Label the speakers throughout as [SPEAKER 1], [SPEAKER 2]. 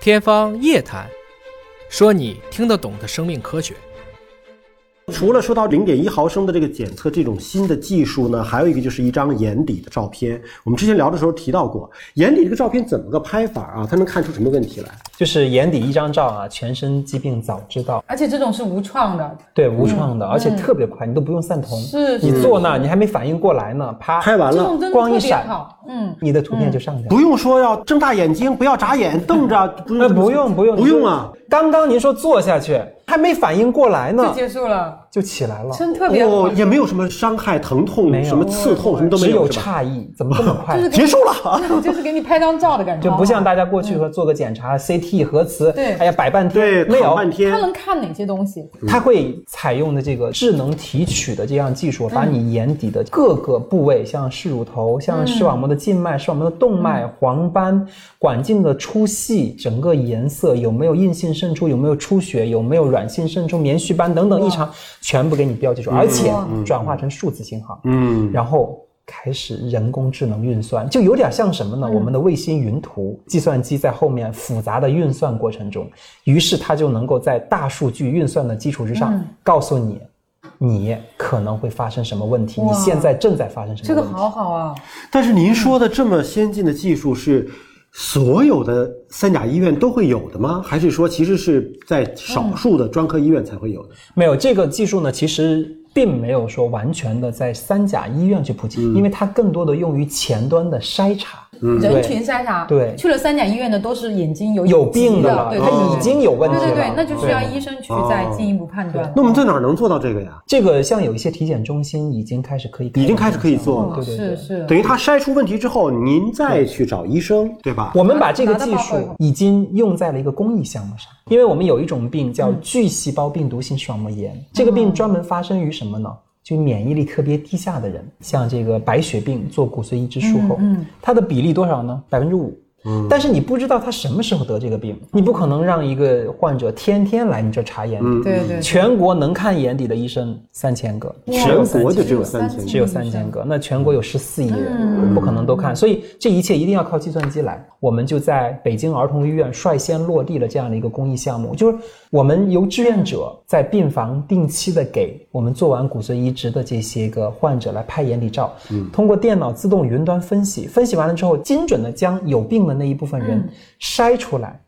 [SPEAKER 1] 天方夜谭，说你听得懂的生命科学。
[SPEAKER 2] 除了说到零点一毫升的这个检测这种新的技术呢，还有一个就是一张眼底的照片。我们之前聊的时候提到过，眼底这个照片怎么个拍法啊？它能看出什么问题来？
[SPEAKER 3] 就是眼底一张照啊，全身疾病早知道。
[SPEAKER 4] 而且这种是无创的，
[SPEAKER 3] 对，无创的，而且特别快，你都不用散瞳。
[SPEAKER 4] 嗯是
[SPEAKER 3] 你坐那，你还没反应过来呢，啪，
[SPEAKER 2] 拍完
[SPEAKER 4] 这
[SPEAKER 2] 了
[SPEAKER 4] 种，真的
[SPEAKER 3] 光一
[SPEAKER 4] 特别
[SPEAKER 3] 闪
[SPEAKER 4] 好。嗯，
[SPEAKER 3] 你的图片就上去了。哎
[SPEAKER 2] 不用说要睁大眼睛，不要眨眼，瞪着，不
[SPEAKER 3] 呃
[SPEAKER 2] 用
[SPEAKER 3] 不用不用
[SPEAKER 2] 不用啊！！
[SPEAKER 3] 刚刚您说坐下去，还没反应过来
[SPEAKER 4] 就
[SPEAKER 3] 呢，
[SPEAKER 4] 结束了，
[SPEAKER 3] 就起来了，
[SPEAKER 4] 真特别好
[SPEAKER 2] 哦，。也没有什么伤害、疼痛
[SPEAKER 3] 没、有
[SPEAKER 2] 什么刺痛，什么都没
[SPEAKER 3] 只有
[SPEAKER 2] 有，是吧？
[SPEAKER 3] 诧异，怎么这么快？
[SPEAKER 4] 就是
[SPEAKER 2] 结束了。
[SPEAKER 4] 就是给你拍张照的感觉，
[SPEAKER 3] 就不像
[SPEAKER 4] 大
[SPEAKER 3] 大家过去说做个检查，CT 核磁，
[SPEAKER 4] 嗯对
[SPEAKER 3] 哎呀摆半
[SPEAKER 2] 对，
[SPEAKER 3] 天，没
[SPEAKER 2] 躺
[SPEAKER 3] 有，
[SPEAKER 2] 半
[SPEAKER 4] 他
[SPEAKER 2] 天，
[SPEAKER 4] 能看哪些东西？
[SPEAKER 3] 它会采用的这个智能提取的这样技术，把你眼底的各个部位，像视乳头、像视网膜的静脉、视网膜的动脉、黄斑、管径的粗细、整个颜色有没有硬性渗出、有没有出血、有没有软性渗出、棉絮斑等等异常，全部给你标记住，而且转化成数字信号，
[SPEAKER 2] 嗯，
[SPEAKER 3] 然后。开始人工智能运算，就有点像什么呢？我
[SPEAKER 4] 嗯
[SPEAKER 3] 们的卫星云图，计算机在后面复杂的运算过程中，于是它就能够在大数据运算的基础之
[SPEAKER 4] 嗯
[SPEAKER 3] 上，告诉你，你可能会发生什么问题，你
[SPEAKER 4] 哇
[SPEAKER 3] 现在正在发生什
[SPEAKER 4] 这
[SPEAKER 3] 么
[SPEAKER 4] 个
[SPEAKER 3] 问题。
[SPEAKER 4] 好好啊，
[SPEAKER 2] 但是您说的这么先进的技术是所有的三甲医院都会有的吗？还是说其实是在少数的专科医院才会有的？
[SPEAKER 3] 没有这个技术呢，其实并没有说完全的在三甲医院去普及，
[SPEAKER 2] 嗯
[SPEAKER 3] 因为它更多的用于前端的筛查。
[SPEAKER 4] 人群筛查，
[SPEAKER 3] 嗯对
[SPEAKER 4] 去了三甲医院的都是眼睛有
[SPEAKER 3] 有
[SPEAKER 4] 有
[SPEAKER 3] 病的了，
[SPEAKER 4] 对，
[SPEAKER 3] 他
[SPEAKER 4] 对
[SPEAKER 3] 已经有问
[SPEAKER 4] 对
[SPEAKER 3] 题了，
[SPEAKER 4] 对对，那就需要
[SPEAKER 3] 对哦
[SPEAKER 4] 医生去再进一步判断。
[SPEAKER 2] 那我们在哪儿能做到这个呀？
[SPEAKER 3] 这个像有一些体检中心已经开始可以，
[SPEAKER 2] 已经开始可以做
[SPEAKER 3] 了。
[SPEAKER 2] 了
[SPEAKER 3] 对对对
[SPEAKER 4] 哦是。是，
[SPEAKER 2] 等于他筛出问题之后，您再去找医生，对吧？
[SPEAKER 3] 我们把这个技
[SPEAKER 4] 拿到报告以
[SPEAKER 3] 术
[SPEAKER 4] 后
[SPEAKER 3] 已经用在了一个公益项目上，因为我们有一种病
[SPEAKER 4] 嗯
[SPEAKER 3] 叫巨细胞病毒性视网膜炎，这个病专门发生于什么呢？就免疫力特别低下的人，像这个白血病做骨髓移植术后，
[SPEAKER 4] 嗯嗯
[SPEAKER 3] 它的比例多少呢？百分之五。但是你不知道他什么时候得这个病，你不可能让一个患者天天来你这儿查眼底。
[SPEAKER 2] 嗯
[SPEAKER 4] 对对，
[SPEAKER 3] 全国能看眼底的医生三千个，
[SPEAKER 2] 全国就只有
[SPEAKER 4] 哇
[SPEAKER 2] 三千
[SPEAKER 3] 只有三千个，那全国有十四亿人，不可能都看，所以这一切一定要靠计算机来。我们就在北京儿童医院率先落地了这样的一个公益项目，就是我们由志愿者在病房定期的给我们做完骨髓移植的这些个患者来拍眼底照，通过电脑自动云端分析，分析完了之后，精准的将有病的那一部分人筛出来，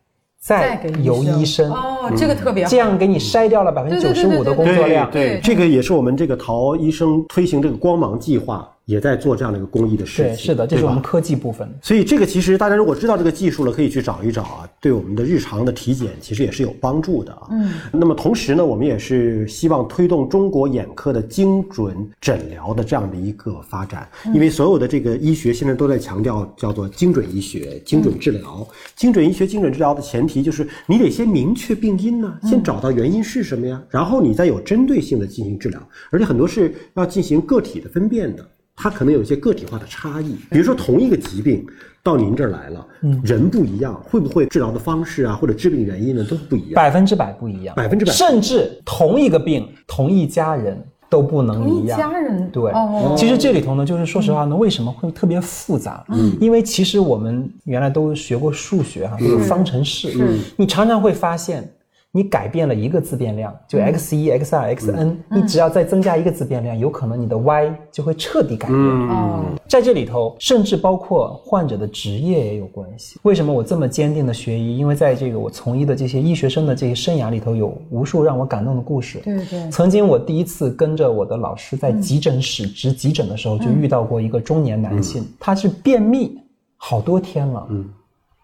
[SPEAKER 3] 再
[SPEAKER 4] 再给
[SPEAKER 3] 由哎医生，嗯
[SPEAKER 4] 哦，这个特别好
[SPEAKER 3] 这。样给你筛掉了百分之九十五的工作量。
[SPEAKER 2] 对
[SPEAKER 4] 对，
[SPEAKER 2] 这个也是我们这个陶医生推行这个光芒计划，也在做这样的一个公益的事
[SPEAKER 3] 对，
[SPEAKER 2] 情。
[SPEAKER 3] 是的，这是
[SPEAKER 2] 对吧
[SPEAKER 3] 我们科技部分。
[SPEAKER 2] 所以这个其实大家如果知道这个技术了，可以去找一找啊，对我们的日常的体检其实也是有帮助的啊。嗯，那么同时呢，我们也是希望推动中国眼科的精准诊疗的这样的一个发展，因为所有的这个医学现在都在强调叫做精准医学、精准治疗。精准医学、精准治疗的前提就是你得先明确病因呢、先找到原因是什么呀，然后你再有针对性的进行治疗，而且很多是要进行个体的分辨的。它可能有一些个体化的差异。比如说同一个疾病到您这儿来了，人不一样，会不会治疗的方式啊，或者治病原因呢都不一样？
[SPEAKER 3] 百分之百不一样，
[SPEAKER 2] 百分之百
[SPEAKER 3] 甚至同一个病，同一家人都不能
[SPEAKER 4] 同
[SPEAKER 3] 一
[SPEAKER 4] 哦一
[SPEAKER 3] 样。
[SPEAKER 4] 家人
[SPEAKER 3] 对，
[SPEAKER 4] 哦，
[SPEAKER 3] 其实这里头呢，就是说实话呢，为什么会特别复杂？嗯，因为其实我们原来都学过数学
[SPEAKER 2] 嗯
[SPEAKER 3] 哈，有方程式，
[SPEAKER 4] 是
[SPEAKER 3] 你常常会发现，你改变了一个自变量，
[SPEAKER 2] 嗯
[SPEAKER 3] 就 x 一、x 二、x n，你只要再增加一个自变量，有可能你的 y 就会彻底改变。
[SPEAKER 2] 嗯
[SPEAKER 4] 哦，
[SPEAKER 3] 在这里头，甚至包括患者的职业也有关系。为什么我这么坚定的学医？因为在这个我从医的这些医学生的这些生涯里头，有无数让我感动的故事。
[SPEAKER 4] 对对
[SPEAKER 3] 曾经我第一次跟着我的老师在急诊室值急诊的时候，就遇到过一个中年男性，他是便秘好多天了，
[SPEAKER 2] 嗯，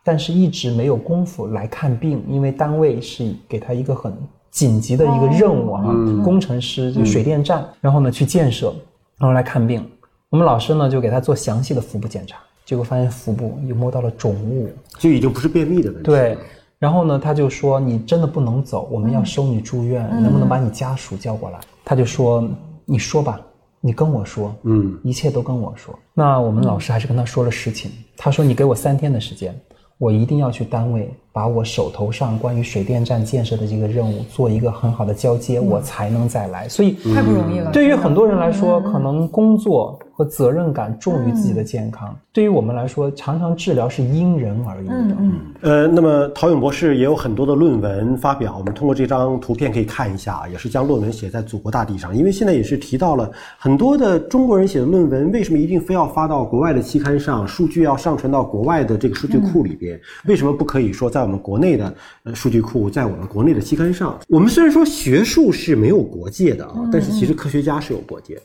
[SPEAKER 3] 但是一直没有功夫来看病，因为单位是给他一个很紧急的一个任务啊，工程师就水电站，然后呢去建设，然后来看病。我们老师呢就给他做详细的腹部检查，结果发现腹部有摸到了肿物，
[SPEAKER 2] 就已经不是便秘的问题。，
[SPEAKER 3] 对，然后呢，他就说你真的不能走，我们要收你住院，
[SPEAKER 4] 嗯
[SPEAKER 3] 能不能把你家属叫过来？他就说你说吧，你跟我说，
[SPEAKER 2] 嗯，
[SPEAKER 3] 一切都跟我说。那我们老师还是跟他说了实情，他说你给我三天的时间，我一定要去单位把我手头上关于水电站建设的这个任务做一个很好的交接，我才能再来。所以，
[SPEAKER 4] 嗯太不容易了。嗯
[SPEAKER 3] 对于很多人来说，可能工作和责任感重于自己的健康；对于我们来说，常常治疗是因人而异
[SPEAKER 4] 嗯
[SPEAKER 3] 的。
[SPEAKER 2] 呃，那么陶勇博士也有很多的论文发表，我们通过这张图片可以看一下，也是将论文写在祖国大地上。因为现在也是提到了很多的中国人写的论文，为什么一定非要发到国外的期刊上？数据要上传到国外的这个数据库里边，为什么不可以说在我们国内的呃数据库，在我们国内的期刊上？我们虽然说学术是没有国界的啊，但是其实科学家是有国界的。